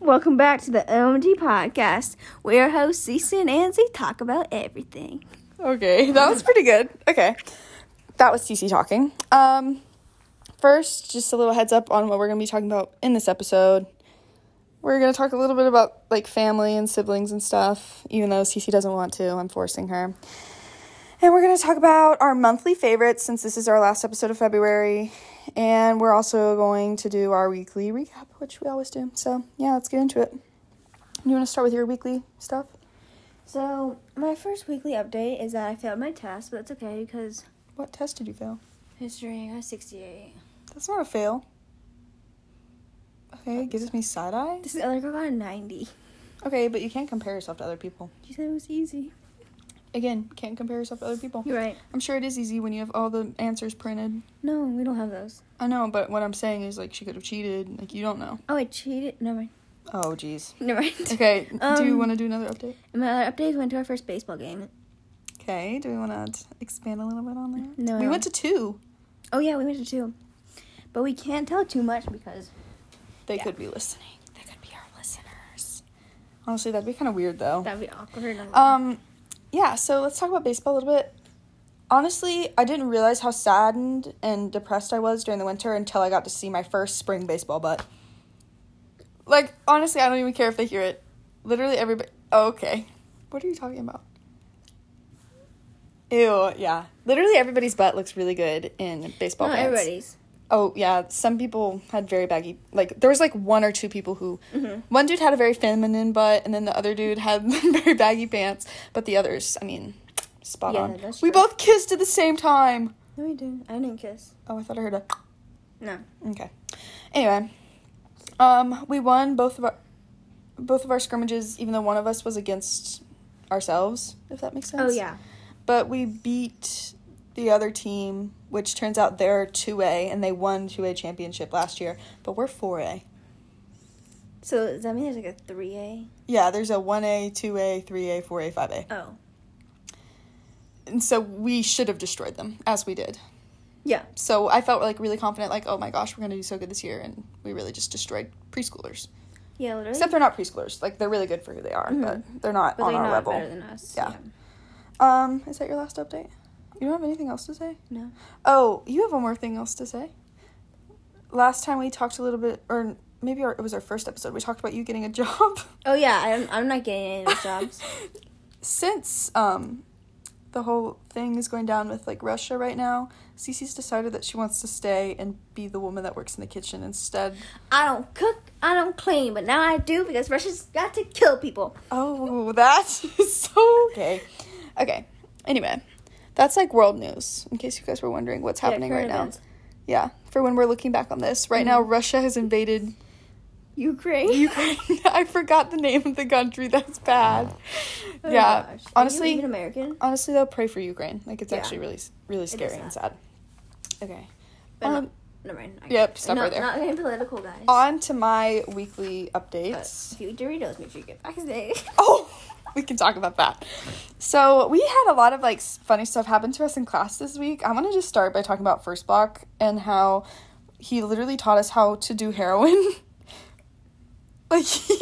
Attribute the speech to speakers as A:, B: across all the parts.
A: Welcome back to the OMG podcast, where your hosts Cece and Anzi talk about everything.
B: Okay, that was pretty good. Okay, that was CC talking. Um, first, just a little heads up on what we're gonna be talking about in this episode. We're gonna talk a little bit about like family and siblings and stuff, even though CC doesn't want to. I'm forcing her. And we're gonna talk about our monthly favorites since this is our last episode of February, and we're also going to do our weekly recap, which we always do. So yeah, let's get into it. You want to start with your weekly stuff?
A: So, my first weekly update is that I failed my test, but that's okay because
B: What test did you fail?
A: history I got 68.
B: That's not a fail. Okay, it gives me side eye.
A: This other girl got a 90.
B: Okay, but you can't compare yourself to other people.
A: She said it was easy.
B: Again, can't compare yourself to other people.
A: You're right.
B: I'm sure it is easy when you have all the answers printed.
A: No, we don't have those.
B: I know, but what I'm saying is like she could have cheated. Like you don't know.
A: Oh, I cheated. Never mind.
B: Oh jeez.
A: Never mind.
B: Okay, do you
A: Um,
B: want to do another update?
A: And my other update is went to our first baseball game.
B: Okay, do we want to expand a little bit on that?
A: No, I
B: We
A: don't.
B: went to two.
A: Oh, yeah, we went to two. But we can't tell too much because.
B: They
A: Yeah.
B: could be listening. They could be our listeners. Honestly, that'd be kind of weird though.
A: That'd be awkward.
B: Um, yeah, so let's talk about baseball a little bit. Honestly, I didn't realize how saddened and depressed I was during the winter until I got to see my first spring baseball bat. Like, honestly, I don't even care if they hear it. Literally everybody. Oh, okay. What are you talking about? Ew, yeah. Literally everybody's butt looks really good in baseball
A: not
B: pants.
A: everybody's.
B: Oh yeah, some people had very baggy. Like there was like one or two people who,
A: Mm-hmm.
B: one dude had a very feminine butt, and then the other dude had very baggy pants. But the others, I mean, spot
A: Yeah,
B: on.
A: that's
B: We
A: true.
B: both kissed at the same time.
A: No, we didn't. I didn't kiss.
B: Oh, I thought I heard a.
A: No.
B: Okay. Anyway, um, we won both of our, both of our scrimmages, even though one of us was against ourselves. If that makes sense.
A: Oh, yeah.
B: But we beat the other team, which turns out they're 2A and they won 2A championship last year, but we're 4A.
A: So does that mean there's like a three A?
B: Yeah, there's a 1A, 2A, 3A, 4A, 5A.
A: Oh,
B: And so we should have destroyed them as we did.
A: yeah.
B: So I felt like really confident like, "Oh my gosh, we're going to do so good this year." And we really just destroyed preschoolers.
A: Yeah, literally.
B: Except they're not preschoolers. Like they're really good for who they are, but they're not
A: Mm-hmm. but
B: on
A: they're
B: our
A: not
B: level.
A: better than us.
B: Yeah. um, is that your last update? You don't have anything else to say?
A: No.
B: Oh, you have one more thing else to say. Last time we talked a little bit, or maybe our, it was our first episode, we talked about you getting a job.
A: Oh yeah, I'm I'm not getting any of those jobs.
B: Since um, the whole thing is going down with like Russia right now, Cece's decided that she wants to stay and be the woman that works in the kitchen instead.
A: I don't cook, I don't clean, but now I do because Russia's got to kill people.
B: Oh, that is so okay. Okay. Anyway, that's like world news. In case you guys were wondering what's
A: Yeah,
B: happening
A: current
B: right now.
A: events. Mm-hmm.
B: Yeah, for when we're looking back on this, right now Russia has invaded
A: Ukraine.
B: Ukraine. I forgot the name of the country. That's bad.
A: Oh,
B: yeah.
A: gosh. Are you
B: Honestly, Uh,
A: even American,
B: honestly though, pray for Ukraine. Like it's
A: Yeah.
B: actually really, really scary and
A: sad.
B: sad. Okay.
A: But
B: um,
A: not- never mind. I
B: yep,
A: can't-
B: stop
A: not,
B: right there.
A: Not getting political, guys.
B: On to my weekly
A: But
B: updates.
A: if you eat Doritos, make sure you get vaccinated.
B: Oh, we can talk about that. So we had a lot of like s- funny stuff happen to us in class this week. I want to just start by talking about first block and how he literally taught us how to do heroin. like he,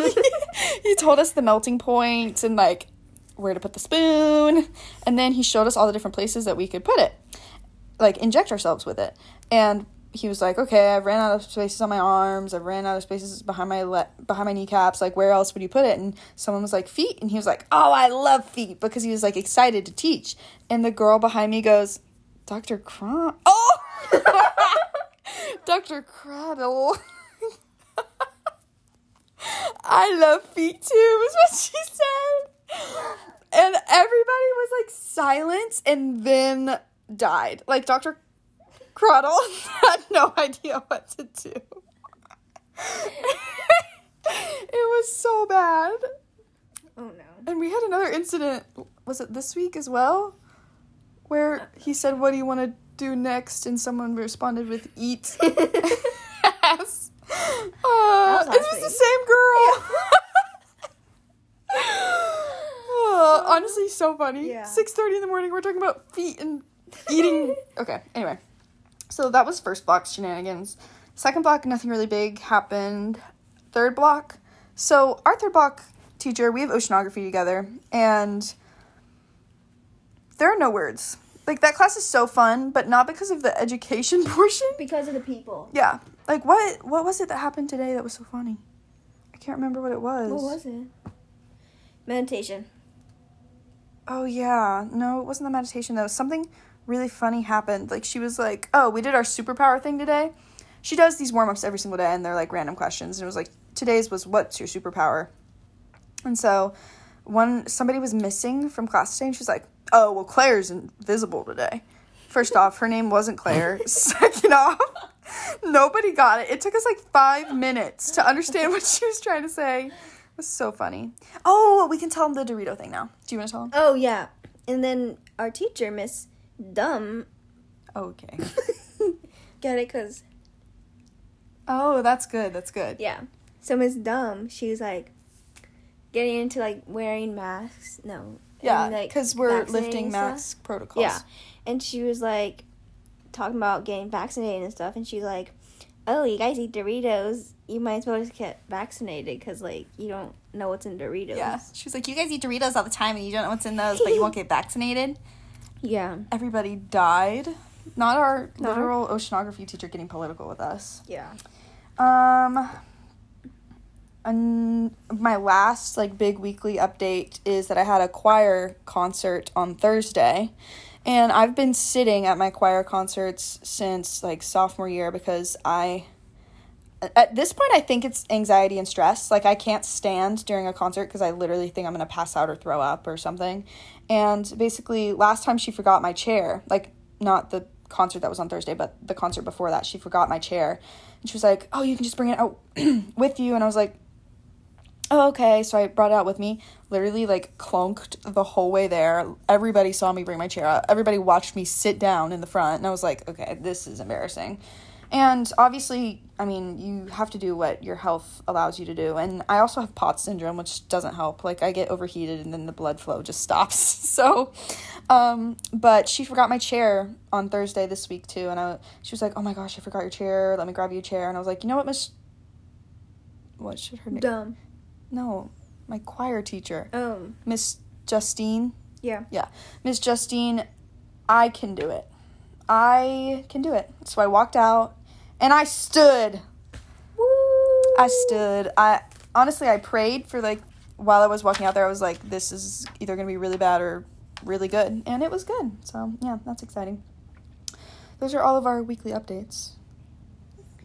B: he told us the melting point and like where to put the spoon, and then he showed us all the different places that we could put it, like inject ourselves with it, and. He was like, "Okay, I've ran out of spaces on my arms. I've ran out of spaces behind my le- behind my kneecaps. Like, where else would you put it?" And someone was like, "Feet," and he was like, "Oh, I love feet," because he was like excited to teach. And the girl behind me goes, "Dr. Cron, oh, Dr. Cradle." I love feet too, is what she said. And everybody was like silent and then died. Like Dr. Cruddle had no idea what to do. it was so bad.
A: oh no.
B: And we had another incident, was it this week as well? Where he said, What do you want to do next? And someone responded with, Eat ass. Uh,
A: That was
B: it
A: last
B: was the
A: week.
B: same girl. Uh, honestly, so funny.
A: Yeah.
B: Six thirty in the morning, we're talking about feet and eating. okay, anyway. So that was first block shenanigans. Second block, nothing really big happened. Third block, So our third block teacher, we have oceanography together, and there are no words. Like that class is so fun, but not because of the education portion.
A: Because of the people.
B: Yeah. Like what what was it that happened today that was so funny? I can't remember what it was.
A: What was it? Meditation.
B: Oh yeah. No, it wasn't the meditation though. Something really funny happened. Like she was like, "Oh, we did our superpower thing today." She does these warm-ups every single day and they're like random questions and it was like today's was what's your superpower? And so one somebody was missing from class today and she was like, "Oh, well Claire's invisible today." First off, her name wasn't Claire. Second off, nobody got it. It took us like 5 minutes to understand what she was trying to say. It was so funny. Oh, we can tell them the Dorito thing now. Do you want to tell them?
A: Oh yeah. And then our teacher, Miss Dumb,
B: Okay.
A: get it? Cause
B: Oh, that's good. That's good.
A: yeah. So Miss Dumb, she was like getting into like wearing masks. No.
B: Yeah,
A: and, like,
B: because we're
A: vaccinating
B: lifting
A: and stuff.
B: mask protocols.
A: Yeah. And she was like talking about getting vaccinated and stuff. And she's like, oh, you guys eat Doritos. You might as well just get vaccinated because, like, you don't know what's in Doritos.
B: Yeah. She was like, You guys eat Doritos all the time and you don't know what's in those, but you won't get vaccinated.
A: Yeah.
B: Everybody died. Not our
A: No.
B: literal oceanography teacher getting political with us.
A: Yeah.
B: Um and my last like big weekly update is that I had a choir concert on Thursday. And I've been sitting at my choir concerts since like sophomore year because I at this point I think it's anxiety and stress. Like I can't stand during a concert because I literally think I'm going to pass out or throw up or something. And basically last time she forgot my chair, like not the concert that was on Thursday, but the concert before that, she forgot my chair. And she was like, "Oh, you can just bring it out with you." And I was like, oh, okay. So I brought it out with me. Literally, like, clunked the whole way there. Everybody saw me bring my chair out. Everybody watched me sit down in the front. And I was like, okay, this is embarrassing. And obviously, I mean, you have to do what your health allows you to do. And I also have POTS syndrome, which doesn't help. Like, I get overheated and then the blood flow just stops. so, um, but she forgot my chair on Thursday this week, too. And I, she was like, oh my gosh, I forgot your chair. Let me grab you a chair. And I was like, you know what, Miss. What should her name?
A: Dumb.
B: No, my choir teacher,
A: Um,
B: Miss Justine.
A: yeah.
B: Yeah, Miss Justine, I can do it. I can do it. So I walked out and I stood.
A: Woo!
B: I stood. I honestly, I prayed for like while I was walking out there. I was like, this is either gonna be really bad or really good, and it was good. So yeah, that's exciting. Those are all of our weekly updates.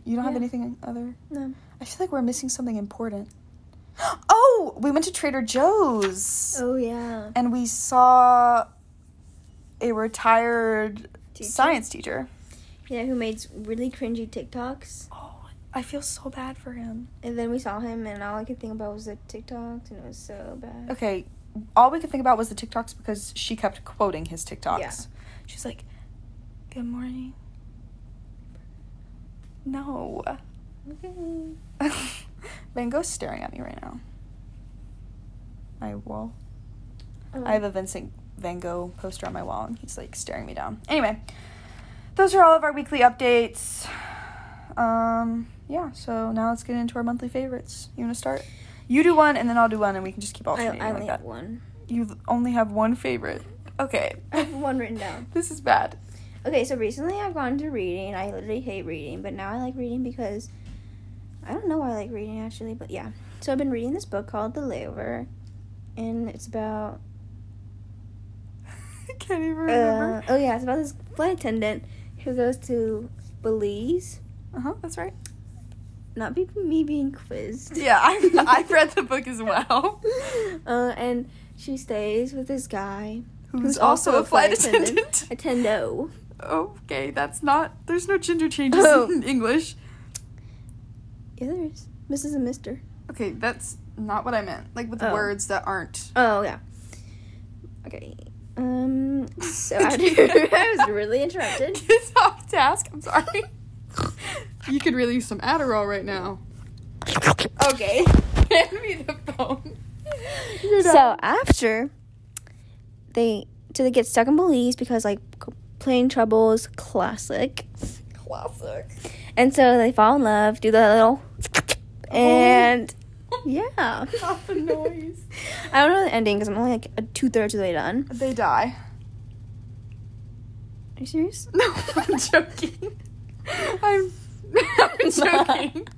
B: You don't have
A: Yeah.
B: anything other?
A: No.
B: I feel like we're missing something important. Oh, we went to Trader Joe's
A: Oh, yeah.
B: and we saw a retired
A: Teacher?
B: science teacher.
A: Yeah, who made really cringy TikToks.
B: Oh, I feel so bad for him.
A: And then we saw him, and all I could think about was the TikToks, and it was so bad.
B: Okay, all we could think about was the TikToks because she kept quoting his TikToks.
A: Yeah.
B: She's like, "Good morning." No.
A: Okay.
B: Van Gogh's staring at me right now. My wall.
A: Um,
B: I have a Vincent Van Gogh poster on my wall, and he's like staring me down. Anyway, those are all of our weekly updates. Um, yeah, so now let's get into our monthly favorites. You want to start? You do one, and then I'll do one, and we can just keep
A: I,
B: alternating
A: I
B: like
A: only
B: that.
A: have one.
B: You only have one favorite. Okay,
A: I have one written down.
B: this is bad.
A: Okay, so recently I've gone to reading. I literally hate reading, but now I like reading because I don't know why I like reading actually, but yeah. So I've been reading this book called The Layover, and it's about
B: I can't even
A: uh,
B: remember.
A: oh yeah, it's about this flight attendant who goes to Belize.
B: Uh huh. That's right.
A: Not be me being quizzed.
B: Yeah, I I've read the book as well.
A: uh, and she stays with this guy,
B: Who's,
A: Who's
B: also, a flight, attendant.
A: Attendo.
B: Okay, that's not. There's no gender changes
A: Oh.
B: in English.
A: Yeah, there is Mrs. and Mister.
B: Okay, that's not what I meant. Like with
A: Oh.
B: words that aren't.
A: Oh yeah. Okay. Um. So after I was really interrupted.
B: It's off task. I'm sorry. you could really use some Adderall right now.
A: Okay.
B: Hand me the phone.
A: So after they so they get stuck in Belize because like c- plane troubles, classic.
B: classic. Oh.
A: And so they fall in love, do the little, and Yeah.
B: Stop the noise.
A: I don't know the ending because I'm only like two thirds of the way done.
B: They die.
A: Are you serious?
B: No, I'm joking. I'm, I'm joking. Ah.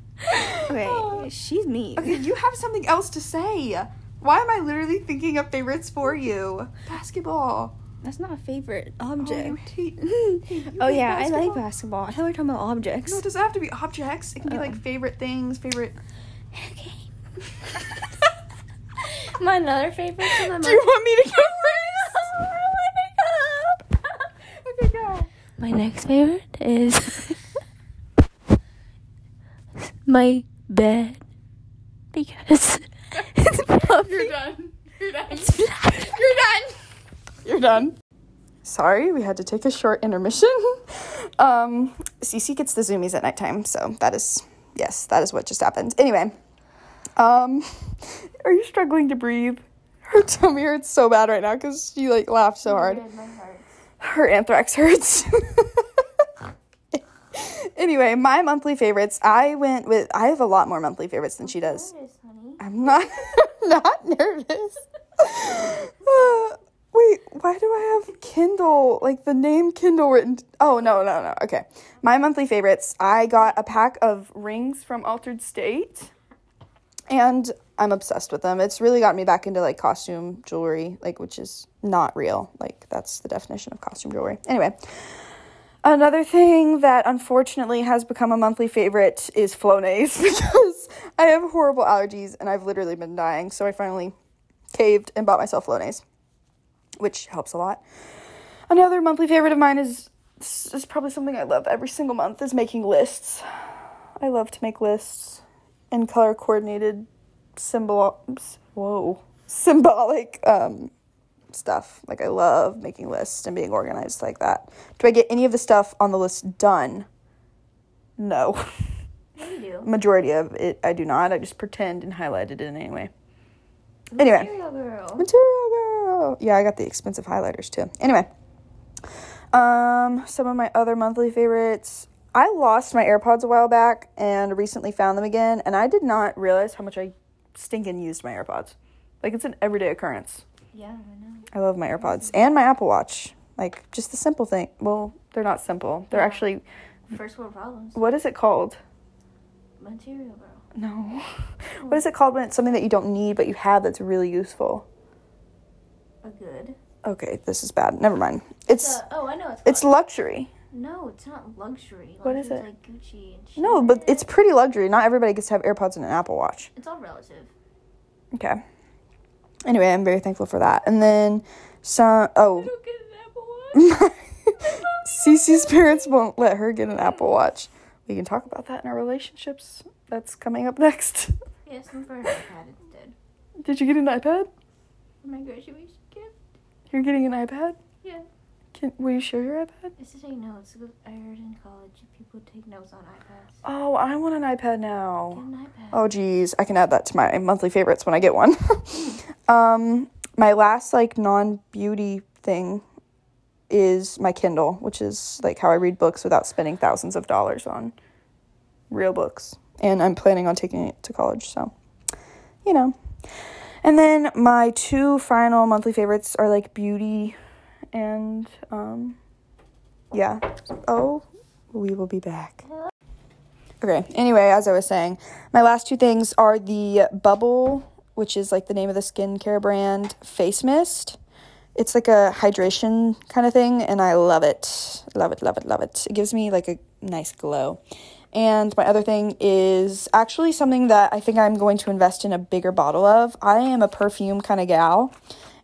A: Okay, she's mean.
B: Okay, you have something else to say. Why am I literally thinking of favorites for you? Basketball.
A: That's not a favorite
B: Oh, you
A: object.
B: hate,
A: Oh,
B: you hate
A: yeah, I like
B: basketball?
A: basketball. I thought we were talking about objects.
B: No, it doesn't have to be objects. It can be
A: Oh.
B: like favorite things, favorite.
A: Okay. My another favorite is my
B: Do
A: mom-
B: you want me to go first? okay, go.
A: My next favorite is my bed because it's fluffy.
B: You're done. You're done.
A: It's fluffy.
B: You're done. You're done. Sorry, we had to take a short intermission. Um, Cece gets the zoomies at nighttime, so that is yes, that is what just happened. Anyway, um, are you struggling to breathe? Her tummy hurts so bad right now because she like laughed so hard. Her anthrax hurts. anyway, my monthly favorites. I went with. I have a lot more monthly favorites than she does. I'm not not nervous. Uh, wait, why do I have Kindle like the name Kindle written? Oh no no no. Okay, my monthly favorites. I got a pack of rings from Altered State, and I'm obsessed with them. It's really gotten me back into like costume jewelry, like which is not real. Like that's the definition of costume jewelry. Anyway. Another thing that unfortunately has become a monthly favorite is Flonase because I have horrible allergies and I've literally been dying. So I finally caved and bought myself Flonase, which helps a lot. Another monthly favorite of mine is this is probably something I love every single month is making lists. I love to make lists and color coordinated symbol whoa symbolic um stuff. Like I love making lists and being organized like that. Do I get any of the stuff on the list done? No. Majority of it I do not. I just pretend and highlight it in any way. Anyway. Material girl. Yeah, I got the expensive highlighters too. Anyway. Um, some of my other monthly favorites. I lost my AirPods a while back and recently found them again, and I did not realize how much I stinking used my AirPods. Like it's an everyday occurrence.
A: Yeah, I know.
B: I love my AirPods and my Apple Watch. Like just the simple thing. Well, they're not simple. They're actually
A: First world problems.
B: what is it called?
A: Material girl.
B: No. What is it called when it's something that you don't need but you have that's really useful?
A: A good.
B: Okay, this is bad. Never mind. It's
A: The- oh, I know. It's,
B: it's
A: called-
B: luxary.
A: no, it's not luxury.
B: What is
A: Luxury's
B: it?
A: Like Gucci and shit.
B: No, but it's pretty luxury. Not everybody gets to have AirPods and an Apple Watch.
A: It's all relative.
B: Okay. Anyway, I'm very thankful for that. And then some oh
A: don't get an Apple
B: Cece's parents won't let her get an Apple Watch. We can talk about that in our relationships. That's coming up next.
A: Yes, I'm for an iPad instead.
B: Did you get an iPad?
A: For My graduation gift.
B: You're getting an iPad?
A: Yeah.
B: Can will you share your iPad?
A: It's to take notes. I heard in college people take notes on iPads.
B: Oh, I want an iPad
A: Get
B: now.
A: an iPad.
B: Oh geez, I can add that to my monthly favorites when I get one. um my last like non beauty thing is my Kindle, which is like how I read books without spending thousands of dollars on real books. And I'm planning on taking it to college, so you know. And then my two final monthly favorites are like beauty and um yeah. Oh, we will be back. Okay. Anyway, as I was saying, my last two things are the Bubble, which is like the name of the skincare brand, face mist. It's like a hydration kind of thing, and I love it. Love it, love it, love it. It gives me like a nice glow. And my other thing is actually something that I think I'm going to invest in a bigger bottle of. I am a perfume kind of gal,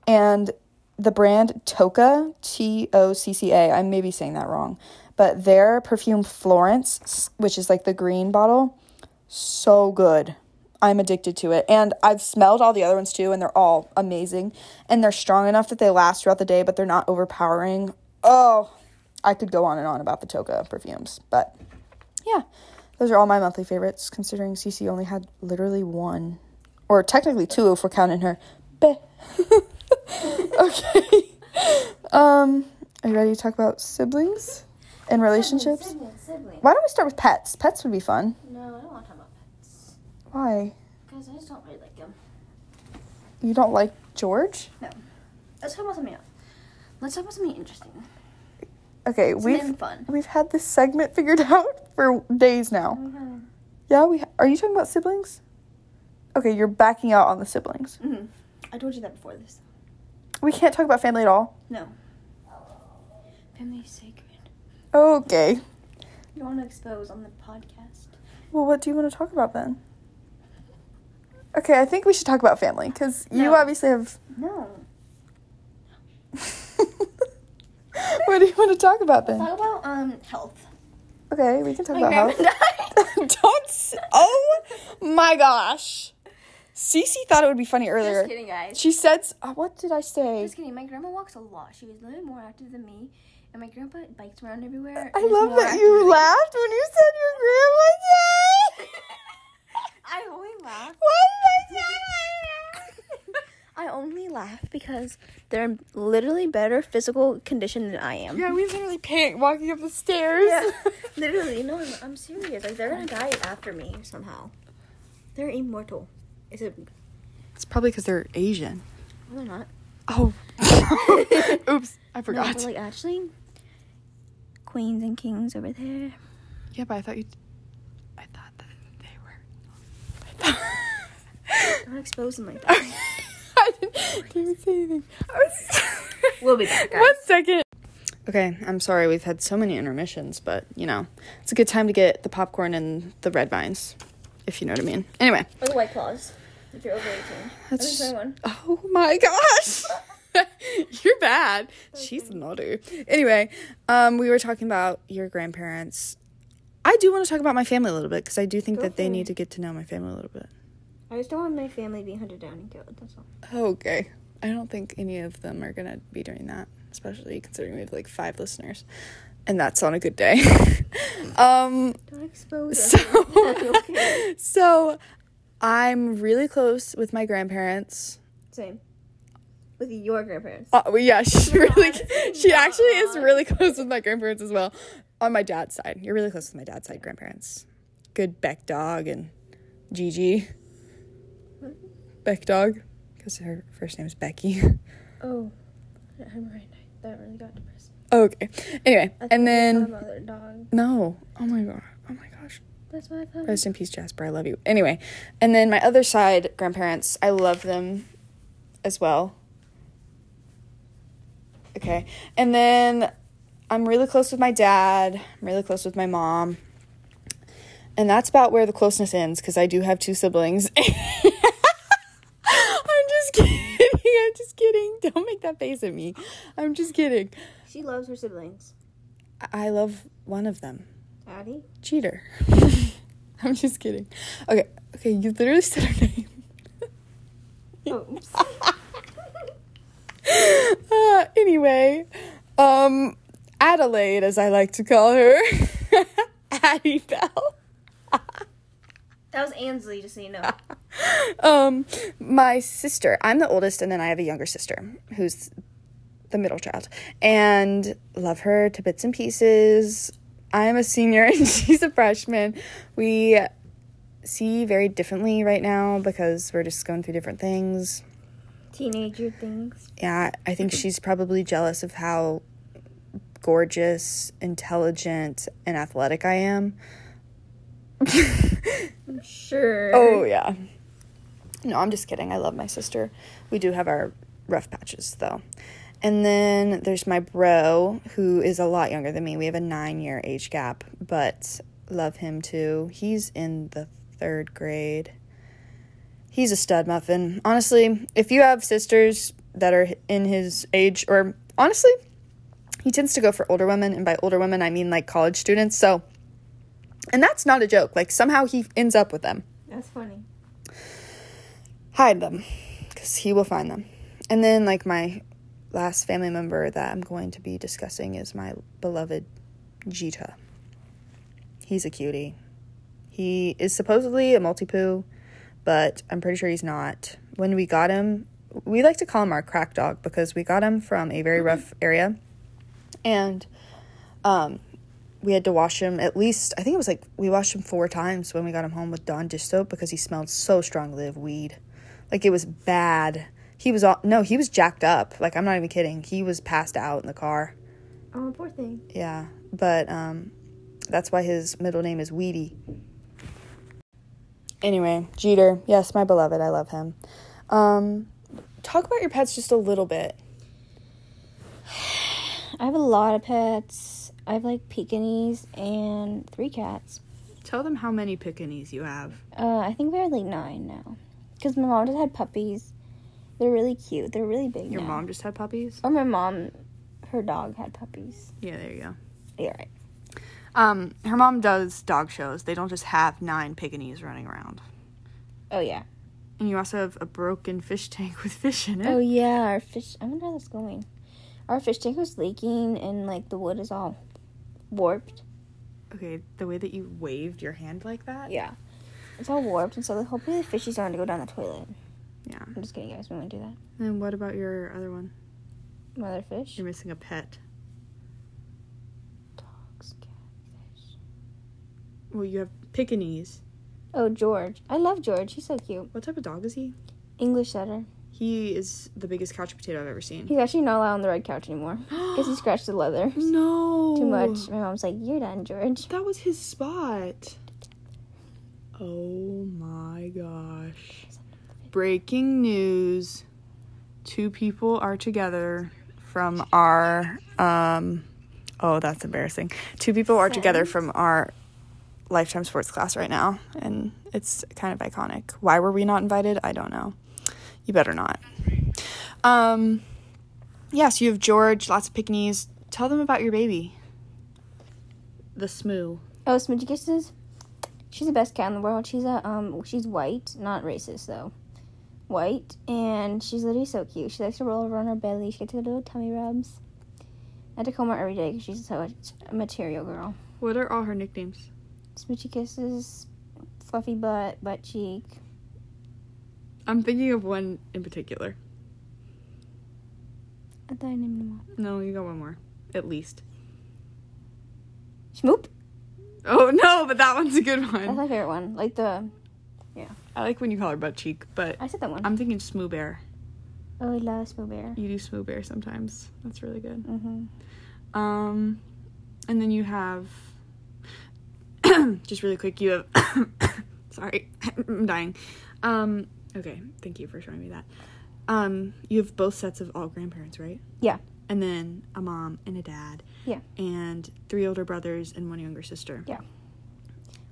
B: and the brand Toca, T O C C A, I may be saying that wrong, but their perfume Florence, s- which is like the green bottle, so good. I'm addicted to it. And I've smelled all the other ones too, and they're all amazing. And they're strong enough that they last throughout the day, but they're not overpowering. Oh, I could go on and on about the Toca perfumes, but yeah, those are all my monthly favorites, considering Cece only had literally one, or technically two if we're counting her. Beh. okay. Um, are you ready to talk about siblings and relationships?
A: Sibling, sibling.
B: Why don't we start with pets? Pets would be fun.
A: No, I don't want to talk about pets.
B: Why?
A: Because because I just don't really like him.
B: You don't like George?
A: No. Let's talk about something else. Let's talk about something interesting.
B: Okay,
A: Something
B: we've
A: fun.
B: we've had this segment figured out for days now. Yeah, we are you talking about siblings? Okay, you're backing out on the siblings.
A: hmm I told you that before this.
B: We can't talk about family at all.
A: No. Family is sacred.
B: Okay.
A: You don't want to expose on the podcast.
B: Well, what do you want to talk about then? Okay, I think we should talk about family because you
A: No.
B: obviously have.
A: No.
B: what do you want to talk about
A: Let's
B: then?
A: talk about um health.
B: Okay, we can talk
A: My
B: about
A: grandma
B: health.
A: died.
B: Don't. s- Oh my gosh. Cece thought it would be funny earlier.
A: Just kidding, guys.
B: She said, s- uh, "What did I say?"
A: Just kidding. My grandma walks a lot. She was a little more active than me, and my grandpa bikes around everywhere.
B: I
A: and is
B: love
A: more
B: that
A: active
B: you
A: than me.
B: laughed when you said your grandma died.
A: I only laugh.
B: Why did I say
A: I only laugh because they're in literally better physical condition than I am.
B: Yeah, we literally panicked walking up the stairs.
A: Yeah. literally. No, I'm, I'm serious. Like they're gonna die after me somehow. They're immortal. Is it?
B: it's probably because they're Asian.
A: No, they're not.
B: Oh. Oops, I
A: No,
B: forgot.
A: but, like actually, queens and kings over there.
B: yeah, but I thought you. I thought that they were. I
A: Don't expose them like that.
B: thought. I didn't even say anything. I was.
A: We'll be back, guys.
B: One second. Okay, I'm sorry. We've had so many intermissions, but you know, it's a good time to get the popcorn and the red vines, if you know what I mean. Anyway.
A: Or the Oh, white claws. If you're over 18.
B: That's
A: I'm 21.
B: Oh my gosh. You're bad. She's naughty. Anyway, um, we were talking about your grandparents. I do want to talk about my family a little bit because I do think
A: Go
B: that they
A: for
B: need
A: it.
B: to get to know my family a little bit.
A: I just don't want my family being hunted down and killed. That's all.
B: Okay. I don't think any of them are going to be doing that, especially considering we have like five listeners. And that's on a good day. um,
A: Don't expose us.
B: so,
A: Okay.
B: so I'm really close with my grandparents.
A: Same. With your grandparents.
B: Uh, well, yeah, she really,
A: not.
B: she actually is really close with my grandparents as well. On my dad's side, you're really close with my dad's side grandparents. Good Beck Dog and Gigi. Beck Dog, because her first name is Becky.
A: Oh. I'm right. That really got depressing.
B: okay. Anyway, and
A: Talk
B: then
A: about their dog.
B: no. Oh my god. Oh my gosh.
A: That's what I thought.
B: Rest in peace, Jasper. I love you. Anyway, and then my other side grandparents, I love them as well. Okay. And then I'm really close with my dad. I'm really close with my mom. And that's about where the closeness ends because I do have two siblings. I'm just kidding. I'm just kidding. Don't make that face at me. I'm just kidding.
A: She loves her siblings.
B: I- I love one of them
A: Addie?
B: cheater. I'm just kidding. Okay, okay, you literally said her name.
A: Oh, oops.
B: Uh, anyway, um, Adelaide, as I like to call her, Addie Bell.
A: That was Ansley, just so you know.
B: um, my sister. I'm the oldest, and then I have a younger sister who's the middle child, and love her to bits and pieces. I'm a senior, and she's a freshman. We see very differently right now because we're just going through different things.
A: Teenager things.
B: Yeah, I think she's probably jealous of how gorgeous, intelligent, and athletic I am.
A: Sure.
B: Oh yeah. No, I'm just kidding. I love my sister. We do have our rough patches though. And then there's my bro who is a lot younger than me. We have a 9-year age gap, but love him too. He's in the 3rd grade. He's a stud muffin. Honestly, if you have sisters that are in his age or honestly, he tends to go for older women and by older women I mean like college students. So and that's not a joke. Like somehow he ends up with them
A: That's funny.
B: hide them because he will find them. And then, like, my last family member that I'm going to be discussing is my beloved Jita. He's a cutie. He is supposedly a multi poo, but I'm pretty sure he's not. When we got him, we like to call him our crack dog because we got him from a very rough area. And um, we had to wash him at least, I think it was like we washed him four times when we got him home with Dawn dish soap because he smelled so strongly of weed. Like it was bad. He was all, no, he was jacked up. Like I'm not even kidding. He was passed out in the car.
A: Oh, poor thing.
B: Yeah, but um, that's why his middle name is Weedy. Anyway, Jeter, yes, my beloved, I love him. Um, talk about your pets just a little bit.
A: I have a lot of pets. I have like Pekingese and three cats.
B: Tell them how many Pekingese you have.
A: Uh, I think we have like nine now. Because my mom just had puppies. They're really cute. They're really big
B: Your
A: now.
B: mom just had puppies.
A: Or my mom, her dog had puppies.
B: Yeah, there you go.
A: You're right.
B: Um, her mom does dog shows. They don't just have nine Pekingese running around.
A: Oh, yeah.
B: And you also have a broken fish tank with fish in it.
A: Oh, yeah. Our fish. I wonder how that's going. Our fish tank was leaking and like the wood is all warped.
B: Okay, the way that you waved your hand like that.
A: Yeah. It's all warped, and so hopefully the fishies aren't going to go down the toilet.
B: Yeah.
A: I'm just kidding, guys. We won't do that.
B: And what about your other one?
A: Mother fish.
B: You're missing a pet.
A: Dogs, catfish.
B: Well, you have Pekingese.
A: Oh, George. I love George. He's so cute.
B: What type of dog is he?
A: English setter.
B: He is the biggest couch potato I've ever seen.
A: He's actually not allowed on the red couch anymore because he scratched the leather
B: no.
A: too much. My mom's like, "You're done, George."
B: That was his spot. Oh my gosh. Breaking news. Two people are together from our um oh that's embarrassing. Two people are together from our lifetime sports class right now and it's kind of iconic. Why were we not invited? I don't know. You better not. Um yeah, so you have George, lots of Pekingese. Tell them about your baby. The smoo.
A: Oh, Smoochie kisses. She's the best cat in the world. She's a um, she's white, not racist though. White, and she's literally so cute. She likes to roll over on her belly. She gets her little tummy rubs. I have to comb her every day because she's so a material girl.
B: What are all her nicknames?
A: Smoochy kisses, fluffy butt, butt cheek.
B: I'm thinking of one in particular.
A: I thought I named them all.
B: No, you got one more. At least.
A: Schmoop.
B: Oh no, but that one's a good
A: That's
B: one.
A: my favorite one. Like the
B: I like when you call her butt cheek, but
A: I said that one.
B: I'm thinking smoo bear.
A: Oh, I love Smooth Bear.
B: You do smoo bear sometimes. That's really good.
A: Mm-hmm.
B: Um and then you have just really quick, you have sorry, I'm dying. Um okay, thank you for showing me that. Um you have both sets of all grandparents, right?
A: Yeah.
B: and then a mom and a dad.
A: Yeah.
B: And three older brothers and one younger sister.
A: Yeah.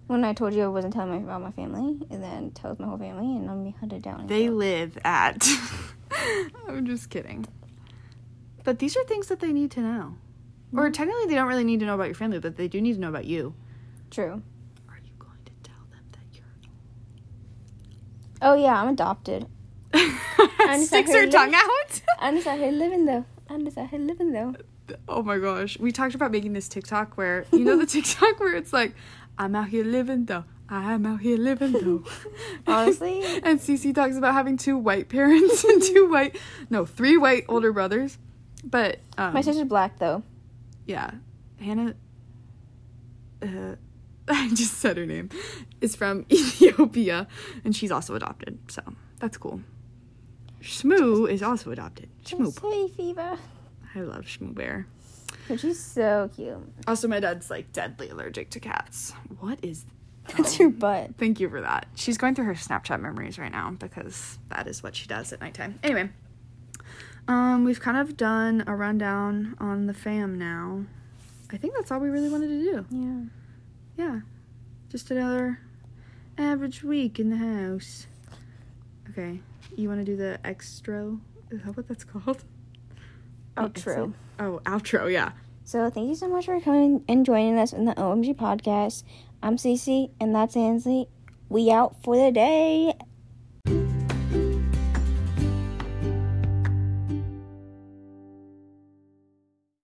A: When I told you I wasn't telling my, about my family, and then tells my whole family, and I'm being hunted down. and
B: They
A: killed.
B: live at. I'm just kidding. But these are things that they need to know. Or technically, they don't really need to know about your family, but they do need to know about you.
A: True.
B: Are you going to tell them that you're.
A: Oh yeah, I'm adopted. just
B: Sticks
A: out
B: her
A: here
B: tongue out?
A: I'm just out here living though. I'm just out here living though.
B: Oh my gosh. We talked about making this TikTok where, you know, the TikTok where it's like, I'm out here living though. I'm out here living though.
A: Honestly?
B: and Cece talks about having two white parents and two white, no, three white older brothers. But, um,
A: My sister's black though.
B: yeah. Hannah, uh, I just said her name, is from Ethiopia and she's also adopted. So that's cool. Shmoo is also adopted. Shmoo.
A: Hey fever.
B: I love Shmoo Bear.
A: But she's so cute.
B: Also, my dad's like deadly allergic to cats. What is.
A: That's your butt.
B: Thank you for that. She's going through her Snapchat memories right now because that is what she does at nighttime. Anyway, um, we've kind of done a rundown on the fam now. I think that's all we really wanted to do.
A: Yeah.
B: Yeah, just another average week in the house. Okay, you want to do the extra? Is that what that's called? The
A: Outro.
B: exit? Oh, outro. Yeah.
A: So thank you so much for coming and joining us in the OMG podcast. I'm Cece and that's Ansley. We out for the day.